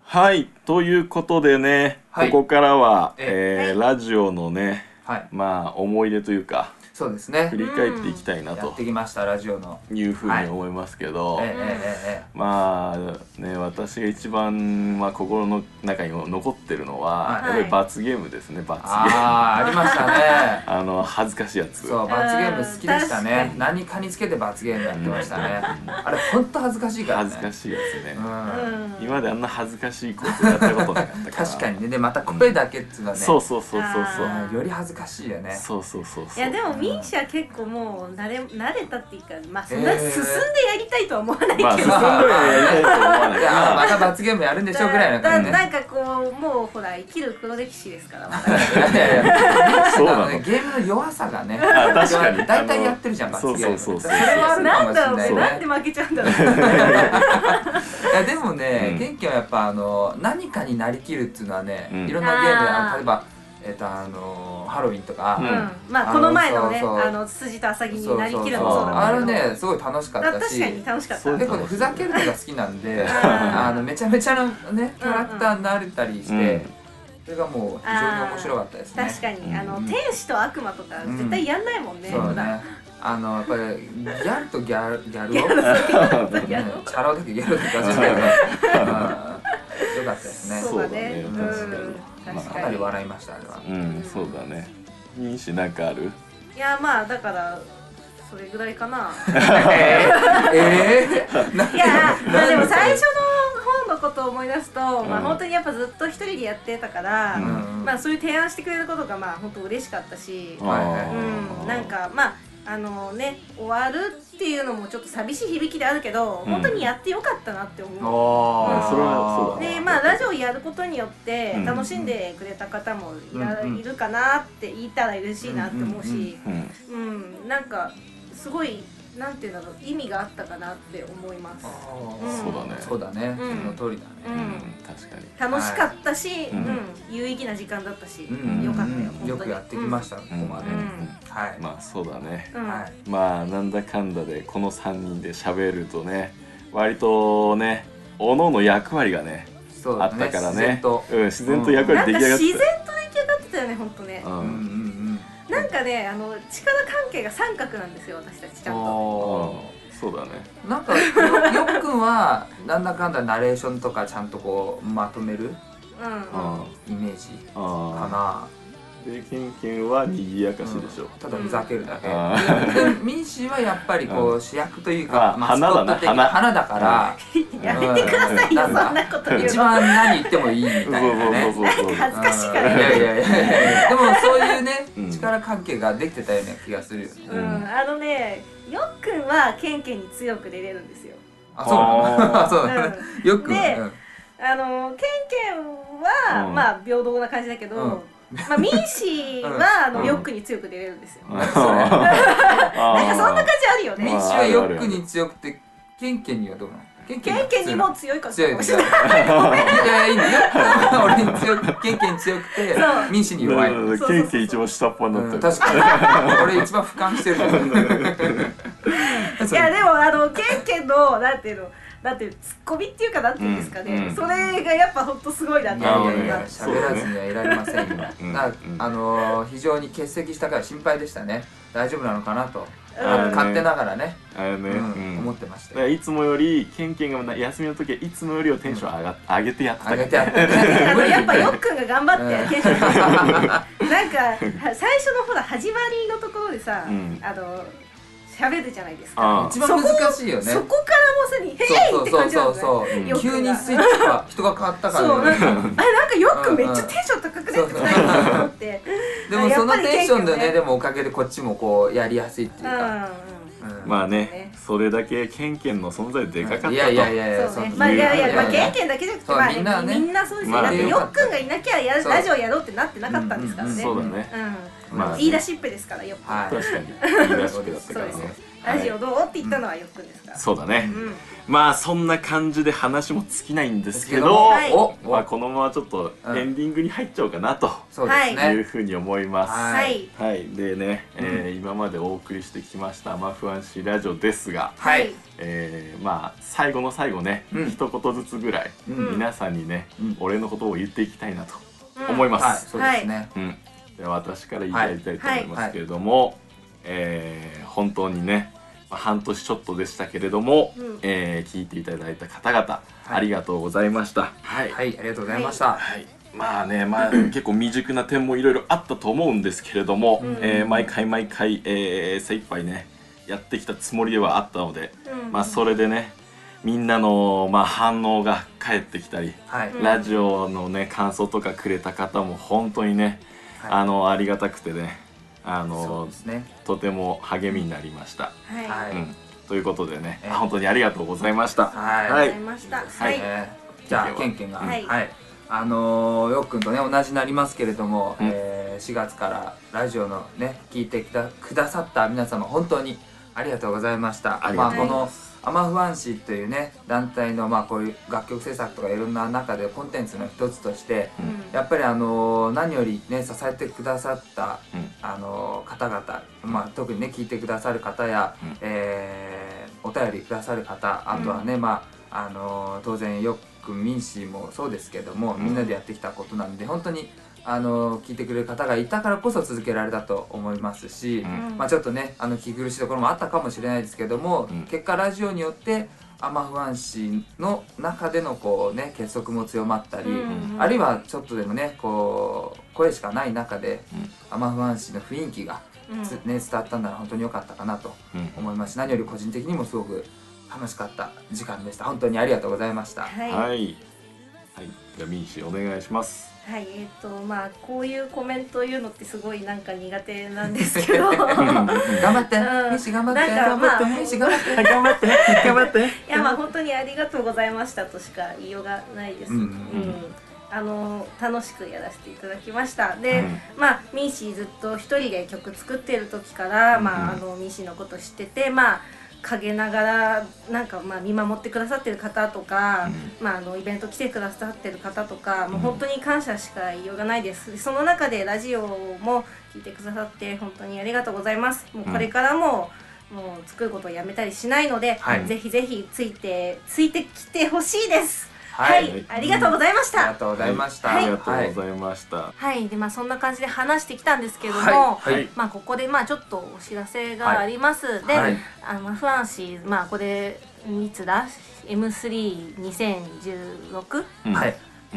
Speaker 3: はい、ということでね、
Speaker 2: はい
Speaker 3: ここからは、
Speaker 2: え
Speaker 3: えーラジオのね、
Speaker 2: はい
Speaker 3: まあ思い出というか
Speaker 2: そうですね
Speaker 3: 振り返っていきたいな
Speaker 2: やっ
Speaker 3: と
Speaker 2: てきましたラジオの
Speaker 3: いうふうに思いますけど。
Speaker 2: えええええ
Speaker 3: まあね私が一番、まあ、心の中に残ってるのは、
Speaker 2: はい
Speaker 3: やっぱり罰ゲームですね罰
Speaker 2: え
Speaker 3: ゲームあ
Speaker 2: ああーありましたね
Speaker 3: の恥ずかしいやつ
Speaker 2: そう罰ゲーム好きでした
Speaker 1: うん確か
Speaker 2: ね
Speaker 1: に
Speaker 2: 何かにつけて罰ゲームやってましたねあれほんと恥ずかしいからね
Speaker 3: 恥ずかしいやつね
Speaker 2: う、ん
Speaker 1: うん
Speaker 3: 今まであんな恥ずかしいことやったことなかったから
Speaker 2: 確かにねでまた声だけっつうのはね
Speaker 3: そうそうそうそう
Speaker 1: あ
Speaker 2: より恥ずかしいよね
Speaker 3: そうそうそう
Speaker 1: い
Speaker 3: そう
Speaker 1: やでもミーシャ結構もう慣れ慣れたっていうかまあそん
Speaker 2: え
Speaker 1: な
Speaker 2: ー
Speaker 1: 進んでやりたいとは思わないけど、
Speaker 3: まあ進んではやりたいと思わない
Speaker 2: いやまた
Speaker 3: か
Speaker 2: 罰ゲームやるんでしょうぐらいな感じ
Speaker 1: だ
Speaker 2: ね
Speaker 1: なんかこうもうほら生きる黒歴史ですからま だ
Speaker 2: いやいや
Speaker 3: らそうなの
Speaker 2: ゲームの弱さがね
Speaker 3: あ確かに
Speaker 2: 大体やってるじゃん
Speaker 3: あの
Speaker 2: 罰ゲーム
Speaker 3: そうそうそうそう
Speaker 2: れはあるか
Speaker 1: なんだ
Speaker 2: もしれない
Speaker 1: ろう
Speaker 2: ね
Speaker 1: ねなんで負けちゃうんだろう
Speaker 2: いやでもね、
Speaker 3: うん
Speaker 2: ケンケンはやっぱあの何かになりきるっていうのはね、
Speaker 3: うん
Speaker 2: いろんなゲームあ
Speaker 1: あー
Speaker 2: の例えばえっ、とあのハロウィンとか、
Speaker 3: うん
Speaker 1: うん、まあこの前のね
Speaker 2: あのそうそう
Speaker 1: あの辻と浅木
Speaker 2: そ
Speaker 1: に
Speaker 2: う
Speaker 1: な
Speaker 2: そう
Speaker 1: り
Speaker 2: そう
Speaker 1: きるのもそうなんだ
Speaker 2: あ
Speaker 1: け
Speaker 2: れ
Speaker 1: ど
Speaker 2: ねすごい楽しかっ
Speaker 1: だ
Speaker 2: た
Speaker 1: 確
Speaker 2: し
Speaker 1: かに楽しかった
Speaker 3: そう
Speaker 2: 結構ねふざけるのが好きなんで
Speaker 1: あー
Speaker 2: あのめちゃめちゃのねキャラクターになれたりして、
Speaker 3: うん
Speaker 2: それがもう非常に面白かったですね。
Speaker 1: 確かに、あの
Speaker 3: うん
Speaker 1: 天使と悪魔とか
Speaker 2: うん
Speaker 1: 絶対やんないもんね、
Speaker 2: そう
Speaker 1: 普段
Speaker 2: ね。あのやっぱりギャルとギャルギャルを、
Speaker 3: ら
Speaker 2: ね、チャラ男とギャルとかそ ういうのがうん良かったですね。
Speaker 1: そうだね
Speaker 3: そううんだね確かにまあ
Speaker 1: 確
Speaker 2: かな
Speaker 1: か
Speaker 2: り
Speaker 1: に、
Speaker 2: 笑いましたあれは。
Speaker 3: うんそうだねミシなんかある
Speaker 1: いやまあだからそれぐらいかな
Speaker 2: えー、えー、 なん
Speaker 1: い
Speaker 2: で
Speaker 1: やまあでも最初
Speaker 2: 初
Speaker 1: の本のことを思い出すと、まあ
Speaker 3: うん
Speaker 1: 本当にやっぱずっと一人でやってたから、
Speaker 3: うん
Speaker 1: まあそういう提案してくれることがまあ本当嬉しかったし、
Speaker 2: はいはい
Speaker 3: あー
Speaker 1: うん、なんかまああのね終わるっていうのもちょっと寂しい響きであるけど、
Speaker 3: うん
Speaker 1: 本当にやってよかったなって思う
Speaker 2: おー、
Speaker 3: それはそうだね
Speaker 1: でまあラジオやることによって
Speaker 3: うん
Speaker 1: 楽しんでくれた方もいら
Speaker 2: うんうん
Speaker 1: いるかなって言ったら嬉しいなって思うし、
Speaker 3: うん
Speaker 1: うん、なんかすごいなんていうんだろう意味があったかなって思います。
Speaker 2: あ
Speaker 3: そうだね
Speaker 2: ーそうだね、
Speaker 1: うん
Speaker 2: その通りだ
Speaker 1: う
Speaker 2: ね。
Speaker 3: うん
Speaker 1: ん、
Speaker 3: 確かに
Speaker 1: 楽しかったし、
Speaker 3: うん
Speaker 1: うん、有意義な時間だったし、
Speaker 2: うん
Speaker 1: よかったよ
Speaker 2: うん
Speaker 1: 本当に
Speaker 2: よくやってきました、ここまで。
Speaker 1: うん
Speaker 2: はい、
Speaker 3: まあそうだね
Speaker 1: うん、
Speaker 2: はい。
Speaker 3: まあなんだかんだでこの3人で喋るとね割とね各々の役割がね
Speaker 2: そう
Speaker 3: あ
Speaker 2: だ
Speaker 3: っ
Speaker 2: ね。
Speaker 3: たから
Speaker 2: 自然
Speaker 3: ね
Speaker 2: と。
Speaker 3: うん、自然と役
Speaker 1: なん
Speaker 3: 割
Speaker 1: か
Speaker 3: 出来上がっ
Speaker 1: 自
Speaker 3: て
Speaker 1: 然と出来上がってたよね本当ね
Speaker 3: た、う
Speaker 2: うんうん
Speaker 3: ん
Speaker 2: うん。
Speaker 1: なんかねあの力関係が三角なんですよ私たちちゃんと
Speaker 2: お
Speaker 3: そうだね
Speaker 2: ーなんかよよっくんはなんだかんだナレーションとかちゃんとこうまとめる
Speaker 1: うんうん
Speaker 3: うん
Speaker 2: イメージか
Speaker 3: あ
Speaker 2: な。
Speaker 3: ーでケンケンは賑やかしでしょ、う
Speaker 2: ただふざけるだ け。
Speaker 3: あ
Speaker 2: でミンシーはやっぱりこう主役というか
Speaker 3: あ
Speaker 2: マスコット的な花だから
Speaker 1: やめてくださいよ、
Speaker 2: うん
Speaker 1: そんなこと言うの。
Speaker 2: 一番何言ってもいいみたい
Speaker 3: そう
Speaker 2: な
Speaker 3: そう
Speaker 2: ね。
Speaker 3: そうそうそう
Speaker 1: 恥ずかしいか
Speaker 2: うん
Speaker 1: ら
Speaker 2: いや
Speaker 1: ね。
Speaker 2: いやいやいやでもそういうね
Speaker 3: うん
Speaker 2: 力関係ができてたような気がするよね。
Speaker 1: うん、あのね、よっくんはケンケンに強く出れるんですよ。
Speaker 2: あそうなの。
Speaker 3: あ ー
Speaker 2: あそううなの。
Speaker 1: ん
Speaker 2: よく。
Speaker 1: で
Speaker 2: うん
Speaker 1: あのケンケンは、
Speaker 3: うん
Speaker 1: まあ平等な感じだけど、
Speaker 2: うん
Speaker 1: まあミーシーは、
Speaker 3: ん
Speaker 1: あ
Speaker 3: う
Speaker 1: の
Speaker 3: ん
Speaker 1: ヨックに強く出れるんですよ、
Speaker 3: なん
Speaker 1: なんかそんな感
Speaker 3: か
Speaker 1: じあるよ
Speaker 2: 民
Speaker 1: ね
Speaker 2: 主はヨックに強くてケンケンにはどうなのケンケ
Speaker 1: ケ
Speaker 2: ンが
Speaker 1: ンケンにも強いから
Speaker 2: 強
Speaker 1: か
Speaker 2: いの
Speaker 1: も
Speaker 2: い
Speaker 1: しれない
Speaker 2: やいいのよ俺に強くケンケンに強くて
Speaker 1: そう
Speaker 2: 民主に弱いの
Speaker 1: そうそうそう
Speaker 3: ケンケン一番下っ端に
Speaker 2: う
Speaker 3: なっ
Speaker 2: ん
Speaker 3: た
Speaker 2: 確かに俺一番俯瞰してる
Speaker 1: いやでもあのケンケンのなんていうのなんていうツッコミっていうかなんていうんですかね、
Speaker 3: うんうん
Speaker 1: それがやっぱ本当すごいなって
Speaker 2: い
Speaker 1: 思
Speaker 2: や
Speaker 1: う
Speaker 2: い
Speaker 1: よ
Speaker 2: や
Speaker 1: 今
Speaker 2: いや喋らずにはいられませんよ
Speaker 3: うん
Speaker 2: だ
Speaker 3: うん
Speaker 2: あのー非常に欠席したから心配でしたね大丈夫なのかなと
Speaker 3: あー
Speaker 2: 勝手ながらね
Speaker 3: あれね、
Speaker 2: うん
Speaker 3: うん
Speaker 2: 思ってまし
Speaker 3: だ
Speaker 2: た
Speaker 3: か
Speaker 2: よ
Speaker 3: らいつもよりケンケンがな休みの時はいつもよりはテンション上が上げてやってた
Speaker 2: あげて あって
Speaker 1: あのやっぱ
Speaker 2: ね
Speaker 1: よっくんが頑張
Speaker 2: うん
Speaker 1: ってテンション 上げてなんかは最初のほら始まりのところでさ、
Speaker 3: うん
Speaker 1: あの喋るじゃないですか、
Speaker 3: あ
Speaker 2: 一番難しいよね
Speaker 1: そこからもうさに「ヘイ!」って感じなんだよね
Speaker 2: う
Speaker 3: うん
Speaker 1: よくが
Speaker 2: 急にスイッチが人が変わったか
Speaker 1: そう
Speaker 2: ら
Speaker 1: なん
Speaker 2: ね
Speaker 1: かあなんかよっくんめっちゃテンション高くねってきたなと思って
Speaker 2: でもそのテンションで
Speaker 1: やっぱり元気よ
Speaker 2: ね
Speaker 1: ね
Speaker 2: でもおかげでこっちもこうやりやすいっていう
Speaker 1: うん
Speaker 2: か、うん
Speaker 3: まあね
Speaker 1: ね
Speaker 3: それだけケンケンの存在でかかったと
Speaker 2: いやいやいやいや
Speaker 1: うんそうね
Speaker 2: の
Speaker 1: まあいやいやまあ
Speaker 3: うん
Speaker 1: ケンケンだけじゃなくて
Speaker 2: そう
Speaker 1: まあ
Speaker 2: みんなはね
Speaker 1: みんなそうです
Speaker 3: ま
Speaker 1: よだ
Speaker 3: あ
Speaker 1: って
Speaker 2: ね
Speaker 1: よっくんがいなきゃや
Speaker 2: そう
Speaker 1: ラジオやろうってなってなかったんですから
Speaker 2: うん
Speaker 1: ね
Speaker 3: そうだね
Speaker 1: う
Speaker 3: まあ
Speaker 1: ん言い出しっぺですからよっくん
Speaker 2: はい
Speaker 3: 確かに言い出しっぺだったからね
Speaker 1: そうで
Speaker 3: はい
Speaker 1: ラジオどうって言ったのはよっくんですから
Speaker 3: そうだね、
Speaker 1: うん
Speaker 3: まあそんな感じで話も尽きないんですけど、
Speaker 1: はい
Speaker 2: おお
Speaker 3: まあ、このままちょっとエンディングに入っちゃおうかなと
Speaker 2: そうですね、
Speaker 3: いうふうに思います、
Speaker 2: は
Speaker 1: はい
Speaker 3: はい、でね、えー今までお送りしてきました「マフアンシラジオ」ですが、
Speaker 2: はい
Speaker 3: えーまあ最後の最後ね、
Speaker 2: うん
Speaker 3: 一言ずつぐらい、
Speaker 2: うん
Speaker 3: 皆さんにね、
Speaker 2: うん
Speaker 3: 俺のことを言っていきたいなと
Speaker 1: うん
Speaker 3: 思いま
Speaker 2: はい
Speaker 3: す、
Speaker 2: そうですね、
Speaker 3: うんでは私から言いたいと思いますけれども、えー本当にねまあ半年ちょっとでしたけれども、
Speaker 1: うん
Speaker 3: えー聞いていただいた方々、
Speaker 2: い
Speaker 3: ありがとうございました。はい
Speaker 2: はい、ありがとうございました、
Speaker 3: はい、まあね、まあ、 結構未熟な点もいろいろあったと思うんですけれども、えー毎回毎回、えー、精一杯ねやってきたつもりではあったので、
Speaker 1: うん
Speaker 3: まあ、それでねみんなの、まあ、反応が返ってきたり、
Speaker 2: はい、
Speaker 3: ラジオのね感想とかくれた方も本当にね、
Speaker 2: はい
Speaker 3: あのありがたくてねあ
Speaker 2: そう
Speaker 3: の
Speaker 2: ですね
Speaker 3: とても励みになりました。
Speaker 1: はい
Speaker 2: は
Speaker 1: あ
Speaker 2: い、
Speaker 3: うん、ということでね、
Speaker 2: えー
Speaker 3: 本当にありがとうございました。
Speaker 2: は
Speaker 1: りがとう
Speaker 2: い
Speaker 1: ございました
Speaker 2: は
Speaker 1: はいい
Speaker 2: じゃあケンケンがは、
Speaker 1: はいい
Speaker 2: あのー、よっくんとね同じになりますけれども、
Speaker 3: うん
Speaker 2: えー4月からラジオのね聞いてきたくださった皆様本当にありがとうございました
Speaker 3: あり
Speaker 2: ま
Speaker 3: が
Speaker 2: あ
Speaker 3: と
Speaker 2: こ
Speaker 1: うござい
Speaker 2: のアマフアンシーというね団体のまあこういう楽曲制作とかいろんな中でコンテンツの一つとして、
Speaker 1: うん
Speaker 2: やっぱりあのー何よりね支えてくださった、
Speaker 3: うん
Speaker 2: あのー方々、まあ、特にね聞いてくださる方や、
Speaker 3: うん
Speaker 2: えーお便りくださる方あとはね、まああのー当然よくミンシーもそうですけども、
Speaker 3: ん
Speaker 2: みんなでやってきたことなんで本当にあのー聞いてくれる方がいたからこそ続けられたと思いますし、
Speaker 3: うん
Speaker 2: まあ、ちょっとねあの聞き苦しいところもあったかもしれないですけども、
Speaker 3: うん
Speaker 2: 結果ラジオによってアマフアンシーの中でのこうね結束も強まったり、
Speaker 1: うん
Speaker 2: あるいはちょっとでもねこう声しかない中で、
Speaker 3: うん
Speaker 2: アマフアンシーの雰囲気が
Speaker 1: うん
Speaker 2: つ、ね、伝わったんなら本当に良かったかなと
Speaker 3: うん
Speaker 2: 思いますし何より個人的にもすごく楽しかった時間でした本当にありがとうございました、
Speaker 1: はい
Speaker 3: はい、はい、じゃあミンシーお願いします。
Speaker 1: はい、えっ、とまあこういうコメント言うのってすごいなんか苦手なんですけ どい
Speaker 2: 頑張って、
Speaker 1: うん
Speaker 2: ミシ頑張って
Speaker 1: なんかまあ
Speaker 2: ミシ頑張 って
Speaker 3: 頑張って頑張って
Speaker 1: やまあ本当にありがとうございましたとしか言いようがないです。
Speaker 2: う
Speaker 1: うんん、
Speaker 2: うん
Speaker 1: あの楽しくやらせていただきましたで、まあミーシーずっと一人で曲作ってる時から、まあ、あのミーシーのこと知っててまあ陰ながらなんかまあ見守ってくださってる方とか、まあ、あのイベント来てくださってる方とかもう本当に感謝しか言いようがないですその中でラジオも聞いてくださって本当にありがとうございますもうこれからも、もう作ることをやめたりしないので、
Speaker 2: はい
Speaker 1: ぜひぜひついてついてきてほしいです
Speaker 2: は
Speaker 1: はいい、ありがとうございまし
Speaker 2: あり
Speaker 1: た、
Speaker 2: がとうございました、
Speaker 3: ありがとうございました。
Speaker 1: はいでまあそんな感じで話してきたんですけども、
Speaker 2: はい
Speaker 3: はい
Speaker 1: まあここでまあちょっとお知らせがあります、で、
Speaker 2: はい
Speaker 1: あのフランシーまあこれいつだ M32016
Speaker 3: うん
Speaker 2: はい、
Speaker 3: うん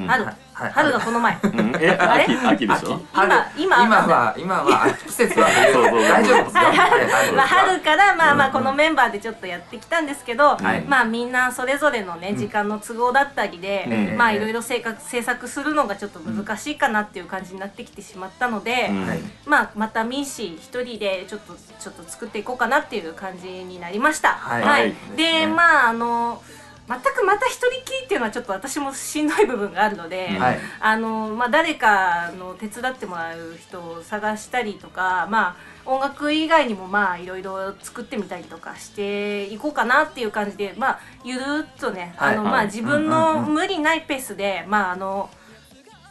Speaker 1: 春、
Speaker 2: はい
Speaker 1: 春がこの前
Speaker 3: うんえ、
Speaker 1: あれ
Speaker 3: 秋秋でしょ
Speaker 2: 秋。
Speaker 1: 今今
Speaker 2: 今は今 は季節は
Speaker 3: そうそうそう
Speaker 2: 大丈夫ですよ
Speaker 3: 春
Speaker 1: まあ、春からまあまあ
Speaker 2: うんうん
Speaker 1: このメンバーでちょっとやってきたんですけど、
Speaker 2: はい
Speaker 1: まあみんなそれぞれのね時間の都合だったりで、
Speaker 3: うん
Speaker 1: まあいろいろ制作制作するのがちょっと難しいかなっていう感じになってきてしまったので、
Speaker 3: うん
Speaker 2: はい
Speaker 1: まあまたミンシー一人でちょっとちょっと作っていこうかなっていう感じになりました。
Speaker 2: はい
Speaker 3: はい
Speaker 2: ですね
Speaker 1: でまああの全くまた一人きりっていうのはちょっと私もしんどい部分があるので、
Speaker 3: うん
Speaker 2: はい
Speaker 1: あのまあ、誰かの手伝ってもらう人を探したりとか、まあ、音楽以外にもまあいろいろ作ってみたりとかしていこうかなっていう感じで、まあ、ゆるーっとねあの、
Speaker 2: はい
Speaker 1: ま
Speaker 3: は
Speaker 1: あ、
Speaker 3: い
Speaker 1: 自分
Speaker 2: うん
Speaker 1: の
Speaker 2: うんうん
Speaker 1: 無理ないペースで、まあ、あの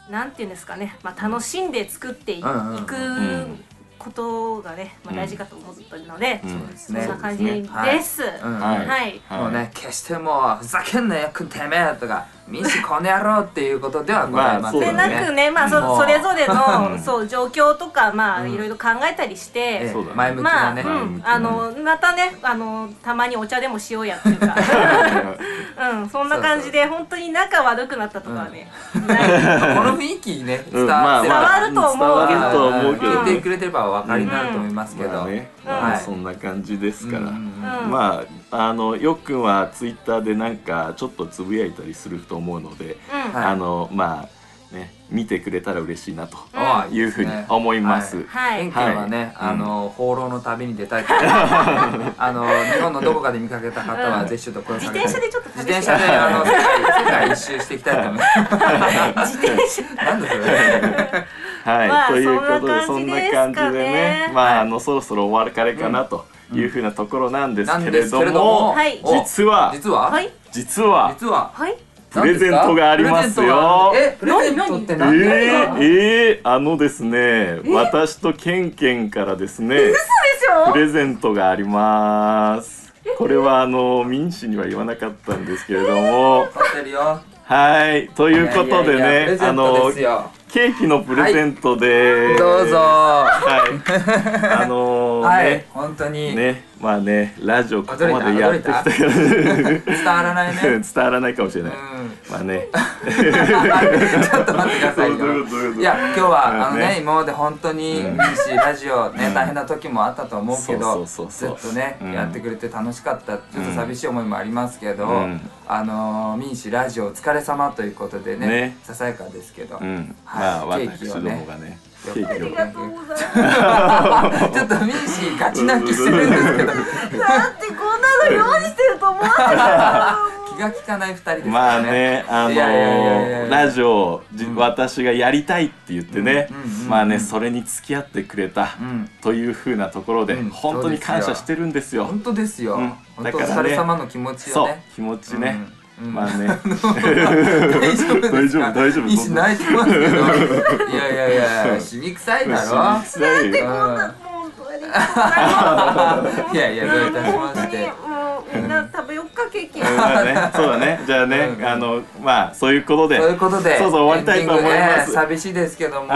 Speaker 1: なんていうんですかね、まあ、楽しんで作ってい,、
Speaker 2: うんうんうん
Speaker 1: く
Speaker 3: ん
Speaker 1: ことがね、まあ、大事かと思ったので、
Speaker 3: うん
Speaker 2: です
Speaker 1: そん
Speaker 2: ね
Speaker 1: な感じ
Speaker 3: そう
Speaker 1: で
Speaker 3: です
Speaker 1: す。
Speaker 2: ねうん
Speaker 3: はい
Speaker 1: はい
Speaker 3: はい
Speaker 2: もうね決してもうふざけんなよくんてめえとか民主この野郎っていうことではございません
Speaker 3: そう
Speaker 1: で
Speaker 3: だね
Speaker 1: なくね、まあ、
Speaker 2: も
Speaker 1: そうそれぞれ
Speaker 3: う
Speaker 1: の
Speaker 3: ん
Speaker 1: そう状況とか、まあ、
Speaker 2: うん
Speaker 1: いろいろ考えたりして、
Speaker 2: ええ
Speaker 3: そうだね
Speaker 2: 前向き
Speaker 1: ま
Speaker 2: な
Speaker 1: あ、
Speaker 2: ね、
Speaker 3: 前
Speaker 1: う
Speaker 3: 向
Speaker 1: ん、
Speaker 3: きな
Speaker 1: あのまたねあのたまにお茶でもしようやっていうか、うん、そんな感じで本当に仲悪くなったとかはね、ない
Speaker 2: この雰囲気ね
Speaker 3: う
Speaker 2: 伝わ
Speaker 3: んま
Speaker 2: っ
Speaker 3: あ
Speaker 2: て
Speaker 3: まあ
Speaker 1: 伝わると思うけ
Speaker 3: 伝
Speaker 1: ど
Speaker 3: わるとは思うけど
Speaker 2: 聞い
Speaker 3: ね
Speaker 2: てくれてればお分かりになると思いますけど、
Speaker 3: まあね
Speaker 2: は
Speaker 3: まあ
Speaker 2: い
Speaker 3: そんな感じですから、
Speaker 2: うん
Speaker 1: うん
Speaker 3: まああのよっくんはツイッターでなんかちょっとつぶやいたりすると思うので、
Speaker 1: うん
Speaker 2: はい
Speaker 3: あのまあね見てくれたら嬉しいなと
Speaker 2: ああい
Speaker 3: いうふうに思います。
Speaker 2: は
Speaker 1: はい、
Speaker 2: いケン君はね、
Speaker 3: はい
Speaker 2: あの放浪の旅に出たいと あの日本のどこかで見かけた方はぜひちょっと声を
Speaker 1: 自
Speaker 2: かけて
Speaker 1: 転車でちょっと
Speaker 2: 自
Speaker 1: 旅
Speaker 2: 転
Speaker 1: して
Speaker 2: 車であの世界世界一周していきたいと思います
Speaker 1: 自転車
Speaker 2: なんでそれ
Speaker 3: はい、
Speaker 1: まあ
Speaker 3: ということで
Speaker 1: そ
Speaker 3: そ
Speaker 1: ん
Speaker 3: ん
Speaker 1: な
Speaker 3: な
Speaker 1: 感じですかね
Speaker 3: 感じでね、まあ、あのそろそろお別れかなというふうなところなんです
Speaker 2: なん
Speaker 3: け
Speaker 2: で
Speaker 3: れ
Speaker 2: す
Speaker 3: ど
Speaker 2: けれど
Speaker 3: も、
Speaker 2: も、
Speaker 1: はい
Speaker 2: お
Speaker 3: 実は
Speaker 2: 実は、
Speaker 1: はい
Speaker 3: 実は
Speaker 2: 実は
Speaker 1: はい
Speaker 3: プレゼントがありますよ
Speaker 2: プレゼントって
Speaker 3: え
Speaker 2: 何ですか
Speaker 3: ー、えー、あのですね、私とケンケンからですね、
Speaker 1: 嘘
Speaker 3: プ
Speaker 1: でしょ
Speaker 3: レゼントがあります。これはあの民主には言わなかったんですけれども、
Speaker 2: 買ってるよ
Speaker 3: はい、ということで
Speaker 2: いやいやいやプレ
Speaker 3: ね、
Speaker 2: ゼ
Speaker 3: あ
Speaker 2: ント
Speaker 3: の
Speaker 2: ですよ
Speaker 3: ケーキのプレゼントで、す
Speaker 2: どうぞ
Speaker 3: はい、あのー、
Speaker 2: はい
Speaker 3: ね、
Speaker 2: 本当に
Speaker 3: ね、まあね、ラジオここまでやってきたから
Speaker 2: 伝わらないね
Speaker 3: 伝わらないかもしれ
Speaker 2: う
Speaker 3: ない。
Speaker 2: ん
Speaker 3: まあね、
Speaker 2: ちょっと待ってください
Speaker 3: どういう
Speaker 2: よ
Speaker 3: ことどういうこと
Speaker 2: いや今日はあのね
Speaker 3: ね
Speaker 2: 今まで本当にミーシーラジオね大変な時もあったと思うけ
Speaker 3: そ
Speaker 2: ど
Speaker 3: う
Speaker 2: ず
Speaker 3: そ
Speaker 2: っ
Speaker 3: うそうそう
Speaker 2: とね
Speaker 3: うん
Speaker 2: やってくれて楽しかったちょっと寂しい思いもありますけど
Speaker 3: うん
Speaker 2: あのミーシーラジオお疲れ様ということでね
Speaker 3: ね
Speaker 2: ささやかですけ ど
Speaker 3: うん、まあ
Speaker 2: はいケー
Speaker 3: 私
Speaker 2: キを
Speaker 3: ど
Speaker 2: ね
Speaker 3: もがね、
Speaker 2: よ
Speaker 3: ケ
Speaker 2: く
Speaker 3: ー
Speaker 1: あ
Speaker 3: キを
Speaker 1: りがとうございます
Speaker 2: ちょっとミーシーガチ泣きしてるんですけど
Speaker 1: だってこんなの用意してると思わなかった
Speaker 2: 気が利かない二人ですから
Speaker 3: まあね、あの
Speaker 2: いやいやいやいや
Speaker 3: ーラジオをじ
Speaker 2: うん
Speaker 3: 私がやりたいって言ってね
Speaker 2: うんうんうん、
Speaker 3: まあね、それに付き合ってくれた
Speaker 2: うん
Speaker 3: というふうなところで
Speaker 2: うん
Speaker 3: 本当に感謝してるんですよ
Speaker 2: 本。当ですよ、
Speaker 3: うん
Speaker 2: 本
Speaker 3: だ
Speaker 2: 当
Speaker 3: か
Speaker 2: お
Speaker 3: ら
Speaker 2: 疲
Speaker 3: ね
Speaker 2: れ様の気持ちを
Speaker 3: そう
Speaker 2: ね、
Speaker 3: 気持ちね。
Speaker 2: うんうん
Speaker 3: まあ ね、
Speaker 2: 大丈夫ですか
Speaker 3: 大丈夫大丈夫
Speaker 2: いいし泣いてますけどいやいやい や染み臭いだろ
Speaker 3: 知らないよ
Speaker 1: もうそれでこんなの
Speaker 2: いやいやどういたし
Speaker 1: 本
Speaker 2: ま
Speaker 1: 当
Speaker 2: し
Speaker 1: に
Speaker 2: て
Speaker 1: もうみんな食べよっかケーキ
Speaker 3: うんまあね、そうだね。じゃあね、
Speaker 2: うん
Speaker 3: あのまあそういうこと
Speaker 2: と
Speaker 3: で、
Speaker 2: いうことで
Speaker 3: そうそう終わりたいと思います
Speaker 2: エンディングね寂しいですけども、
Speaker 3: う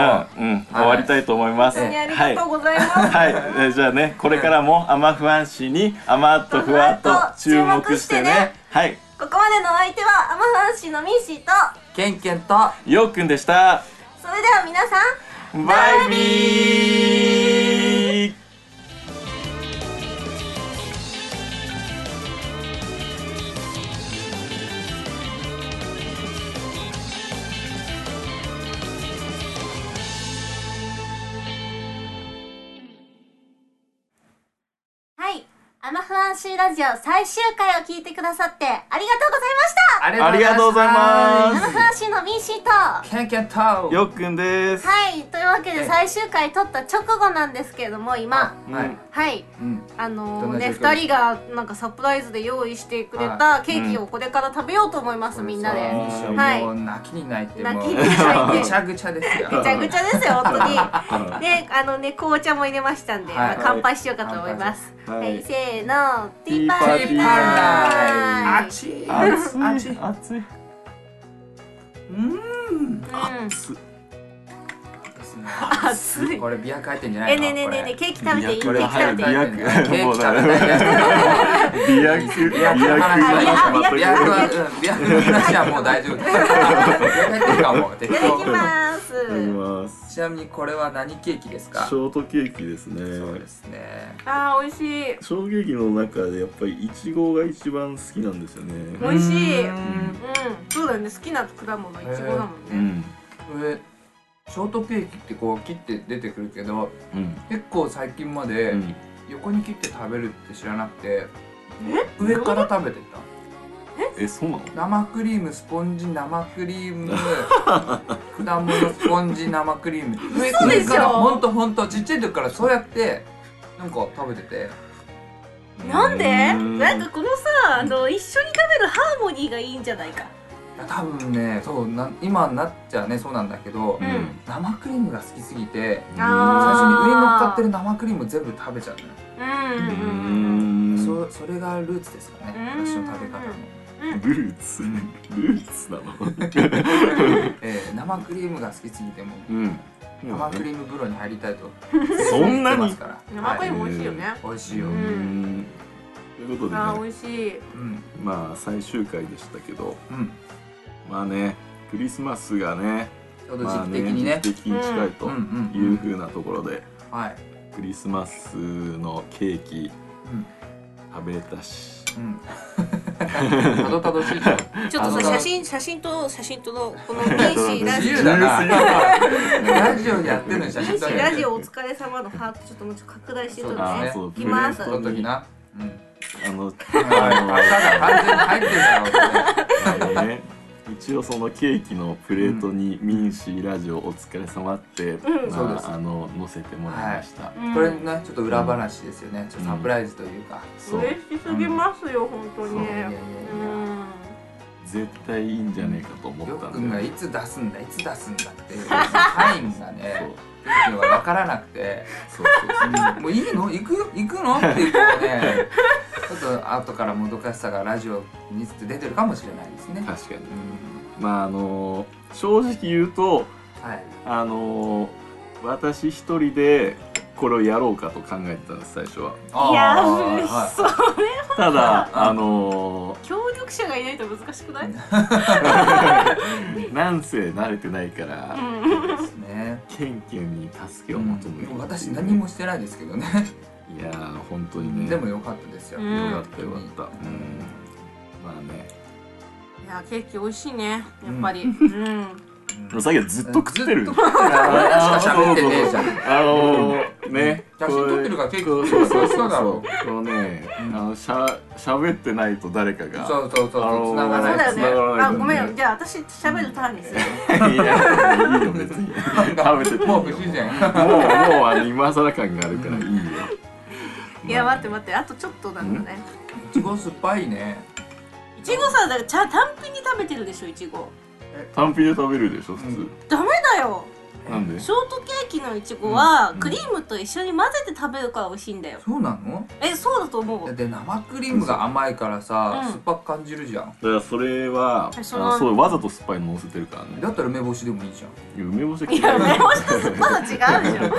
Speaker 3: ん、うん、終わりたいと思います。
Speaker 1: 本当にありがとうございます、
Speaker 3: はい、えーじゃあね、これからもアマフアン氏にアマとフワと注目してね。はい、
Speaker 1: ここまでのお相手はアマファンシーのミーシーと
Speaker 2: ケンケンと
Speaker 3: ようくんでした。
Speaker 1: それでは皆さん
Speaker 3: バイビー。
Speaker 4: はい。アマフアンシーラジオ最終回を聞いてくださってありがとうございました
Speaker 2: あ
Speaker 3: りがとうございます
Speaker 4: アマフアンシーのミーシーとは
Speaker 2: ケンケンと
Speaker 3: ようくんです。
Speaker 4: い。というわけで最終回撮った直後なんですけれども、今、
Speaker 2: はい、
Speaker 4: はい。
Speaker 2: うん、
Speaker 4: あ
Speaker 2: どん
Speaker 4: の
Speaker 2: な
Speaker 4: ー、ね、
Speaker 2: 状況
Speaker 4: 2人がなんかサプライズで用意してくれ
Speaker 2: は
Speaker 4: たケーキをこれから食べようと思います、みんなで。
Speaker 2: これさ
Speaker 4: はい
Speaker 2: もう泣きに泣いて
Speaker 4: 泣
Speaker 2: も
Speaker 4: き
Speaker 2: う
Speaker 4: に泣いて
Speaker 2: ぐちゃぐちゃですよ
Speaker 4: ぐちゃぐちゃですよ、本当に。
Speaker 3: は
Speaker 4: で、あのね、紅茶も入れましたんで、
Speaker 2: はい
Speaker 4: まあ乾杯しようかと思います。は、
Speaker 3: はいはいい
Speaker 4: せーの、ティーパ
Speaker 2: パ
Speaker 4: ー
Speaker 2: ー
Speaker 4: テ
Speaker 2: テ
Speaker 4: ィ
Speaker 2: ィ
Speaker 4: ー
Speaker 2: ー
Speaker 4: パ
Speaker 2: パ
Speaker 4: ー
Speaker 2: ラ
Speaker 4: テ
Speaker 2: イズ熱い
Speaker 3: 熱
Speaker 2: 熱
Speaker 3: い
Speaker 2: い
Speaker 3: 熱い。
Speaker 4: ィー。
Speaker 2: 熱いこれビア書いてんじゃ
Speaker 4: うん
Speaker 2: な
Speaker 4: え、
Speaker 2: いの
Speaker 4: ねえねえねえねえ、
Speaker 2: こ
Speaker 4: ケーキ食べていい、ケ
Speaker 3: これ
Speaker 4: ーキ食べていい。
Speaker 3: ビ
Speaker 4: はい、
Speaker 3: ア
Speaker 2: れ
Speaker 3: ク
Speaker 2: ケーキ食べ
Speaker 3: もうだ
Speaker 2: たいやつ
Speaker 3: ビアクビア
Speaker 2: ビア
Speaker 3: ク
Speaker 2: クは、うん、ビアクの話はもう大丈夫。ビアク入ってるかも適
Speaker 4: いただ
Speaker 2: 当
Speaker 4: きます。
Speaker 3: ます。
Speaker 2: ちなみにこれは何ケーキですか。
Speaker 3: ショートケーキですね。
Speaker 2: そうですね。
Speaker 1: あー美味しい
Speaker 3: 衝撃の中でやっぱりイチゴが一番好きなんですよね。
Speaker 1: 美味しいうう
Speaker 2: ー
Speaker 1: ん
Speaker 2: ん
Speaker 1: そうだよね好きな果物いちごだもんね、
Speaker 3: うん。
Speaker 2: これショートケーキってこう切って出てくるけど、
Speaker 3: うん。
Speaker 2: 結構最近まで横に切って食べるって知らなくて、上から食べてた。
Speaker 1: え
Speaker 3: えそうなの
Speaker 2: 生クリームスポンジ生クリ ーム果物スポンジ生クリーム上
Speaker 1: 嘘でしょ
Speaker 2: からほんとほんとちっちゃい時からそうやってなんか食べてて
Speaker 1: なんで
Speaker 3: うん
Speaker 1: なんかこのさあの一緒に食べるハーモニーがいいんじゃないか
Speaker 2: いや多分ねそうな今になっちゃねそうなんだけど、
Speaker 1: うん
Speaker 2: 生クリームが好きすぎて最
Speaker 1: あ
Speaker 2: 初に上に乗っかってる
Speaker 1: ー
Speaker 2: 生クリーム全部食べちゃうね、
Speaker 1: うんうん
Speaker 3: う
Speaker 1: うん
Speaker 3: ん
Speaker 2: そそれがルーツですかね
Speaker 1: うん
Speaker 2: 私の食べ方の、
Speaker 3: ルーツルーツなの
Speaker 2: えー生クリームが好きすぎてもう
Speaker 3: うん
Speaker 2: 生クリーム風呂に入りたいと
Speaker 3: そんな
Speaker 2: 言ってま
Speaker 3: に
Speaker 2: すから
Speaker 1: 生クリーム美味しいよね、
Speaker 2: 美味しいよ、
Speaker 3: う
Speaker 2: うんん
Speaker 3: んということで
Speaker 1: あー
Speaker 3: ね
Speaker 1: 美味しい
Speaker 3: まあ最終回でしたけど
Speaker 2: うん、
Speaker 3: まあねクリスマスがね
Speaker 2: ちょうど
Speaker 3: まあ
Speaker 2: 時期的にね,、
Speaker 3: 時期的に近いと
Speaker 2: うんうんうん
Speaker 3: いうふうなところで
Speaker 2: はい、
Speaker 3: クリスマスのケーキ
Speaker 2: うん
Speaker 3: 食べたし
Speaker 2: うん、たどたどしいじゃん
Speaker 5: ちょっとさ
Speaker 2: あの
Speaker 5: 写真写真と写真とのこのミーシーラ
Speaker 2: 自
Speaker 5: ジ
Speaker 2: 由
Speaker 5: オ
Speaker 2: だなラジオでやってるのに写真
Speaker 1: ミ
Speaker 2: 撮
Speaker 1: シ
Speaker 2: る
Speaker 1: ラジオお疲れ様のハートちょっともうちょっと拡大してとる
Speaker 2: そうで
Speaker 1: ね
Speaker 2: すね
Speaker 3: そう
Speaker 1: います
Speaker 3: プレ
Speaker 2: 撮っ
Speaker 3: ート
Speaker 2: とき
Speaker 3: に
Speaker 2: なうん
Speaker 3: あの
Speaker 2: はい、が完全に入ってるだろうってね
Speaker 3: あ のね一応そのケーキのプレートに「ミンシーラジオお疲れ様って、
Speaker 1: うん
Speaker 3: ま
Speaker 2: そうです
Speaker 3: あ、あの載せてもらいました、
Speaker 2: これね、ちょっと裏話ですよね。ちょっとサプライズというか。
Speaker 3: そう
Speaker 1: 嬉しすぎますよ、本当に
Speaker 3: そう
Speaker 1: う
Speaker 2: いやいやいや
Speaker 1: ん
Speaker 3: 絶対いいんじゃねえかと思
Speaker 2: りょ
Speaker 3: っ
Speaker 2: う
Speaker 3: た
Speaker 2: く
Speaker 3: ん
Speaker 2: ん
Speaker 3: だ
Speaker 2: が
Speaker 3: よ
Speaker 2: いつ出すんだ、いつ出すんだ っていうサインが
Speaker 3: そう
Speaker 2: ね、っていうのが分からなくて、
Speaker 3: そうそうそう
Speaker 2: もういいの行くよ行くのっていうこう ね、ちょっと後からもどかしさがラジオにつって出てるかもしれないですね。
Speaker 3: 確かに
Speaker 2: うん
Speaker 3: まああの正直言うと
Speaker 2: はい。
Speaker 3: あの私一人でこれをやろうかと考えてたんです最初はい
Speaker 1: や
Speaker 2: あー
Speaker 1: ー嬉しそう
Speaker 3: ただあの
Speaker 1: 協力者がいないと難しくない
Speaker 3: なんせ慣れてないから、
Speaker 2: はいですね。
Speaker 3: ケンケンに助け
Speaker 2: う、
Speaker 3: を求めるっていうん
Speaker 2: 私何もしてないですけどね。
Speaker 3: いやー本当にね
Speaker 2: でも良かったですよ。
Speaker 1: うん
Speaker 3: よかったよかった。うん。まあね。
Speaker 5: いやケーキ美味しいねやっぱり、
Speaker 2: うん
Speaker 3: さっきはずっと食ってる。
Speaker 2: ずっと食っ てるから俺らしか喋ってねえじゃん。
Speaker 3: あのー、ね。
Speaker 2: 写真撮ってるから結構
Speaker 3: そうそ
Speaker 2: そ
Speaker 3: うそうう
Speaker 2: だ
Speaker 3: そ
Speaker 2: ろ
Speaker 3: う。このね、あ
Speaker 2: うん
Speaker 3: のしゃ喋ってないと誰かが。
Speaker 2: そうそうそう
Speaker 3: あ
Speaker 2: そう、つ
Speaker 3: のー
Speaker 2: なが
Speaker 1: そうだ
Speaker 2: ら
Speaker 1: よ
Speaker 2: ない。
Speaker 1: ね
Speaker 3: 繋がらない
Speaker 1: あ
Speaker 3: もんね
Speaker 1: ごめんよじゃあ私喋るターンにする
Speaker 3: いやいいよ別に。食べてていいよ
Speaker 2: もう不自然。
Speaker 3: もうもうあの今更感があるからいいよ。
Speaker 5: いや待って待ってあとちょっとなんだね
Speaker 2: いちご酸っぱいね。
Speaker 5: いちごさだからちゃ単品に食べてるでしょいちご
Speaker 3: 単品で食べるでしょ普
Speaker 2: う
Speaker 3: 通。
Speaker 5: ダメだよ
Speaker 3: なんで？
Speaker 5: ショートケーキのいちごは、
Speaker 3: うん
Speaker 5: クリームと一緒に混ぜて食べるから美味しいんだよ
Speaker 2: そうなの？
Speaker 5: えそうだと思
Speaker 2: だっ
Speaker 5: う
Speaker 2: て生クリームが甘いからさ、
Speaker 5: うん
Speaker 2: 酸っぱく感じるじゃん。
Speaker 3: だからそれはあ
Speaker 5: えその
Speaker 3: のそうわざと酸っぱいの乗せてるからね。
Speaker 2: だったら梅干しでもいいじゃん。
Speaker 3: いや梅干し
Speaker 5: いや梅
Speaker 3: し
Speaker 5: 干しと酸っぱさ違うでしょ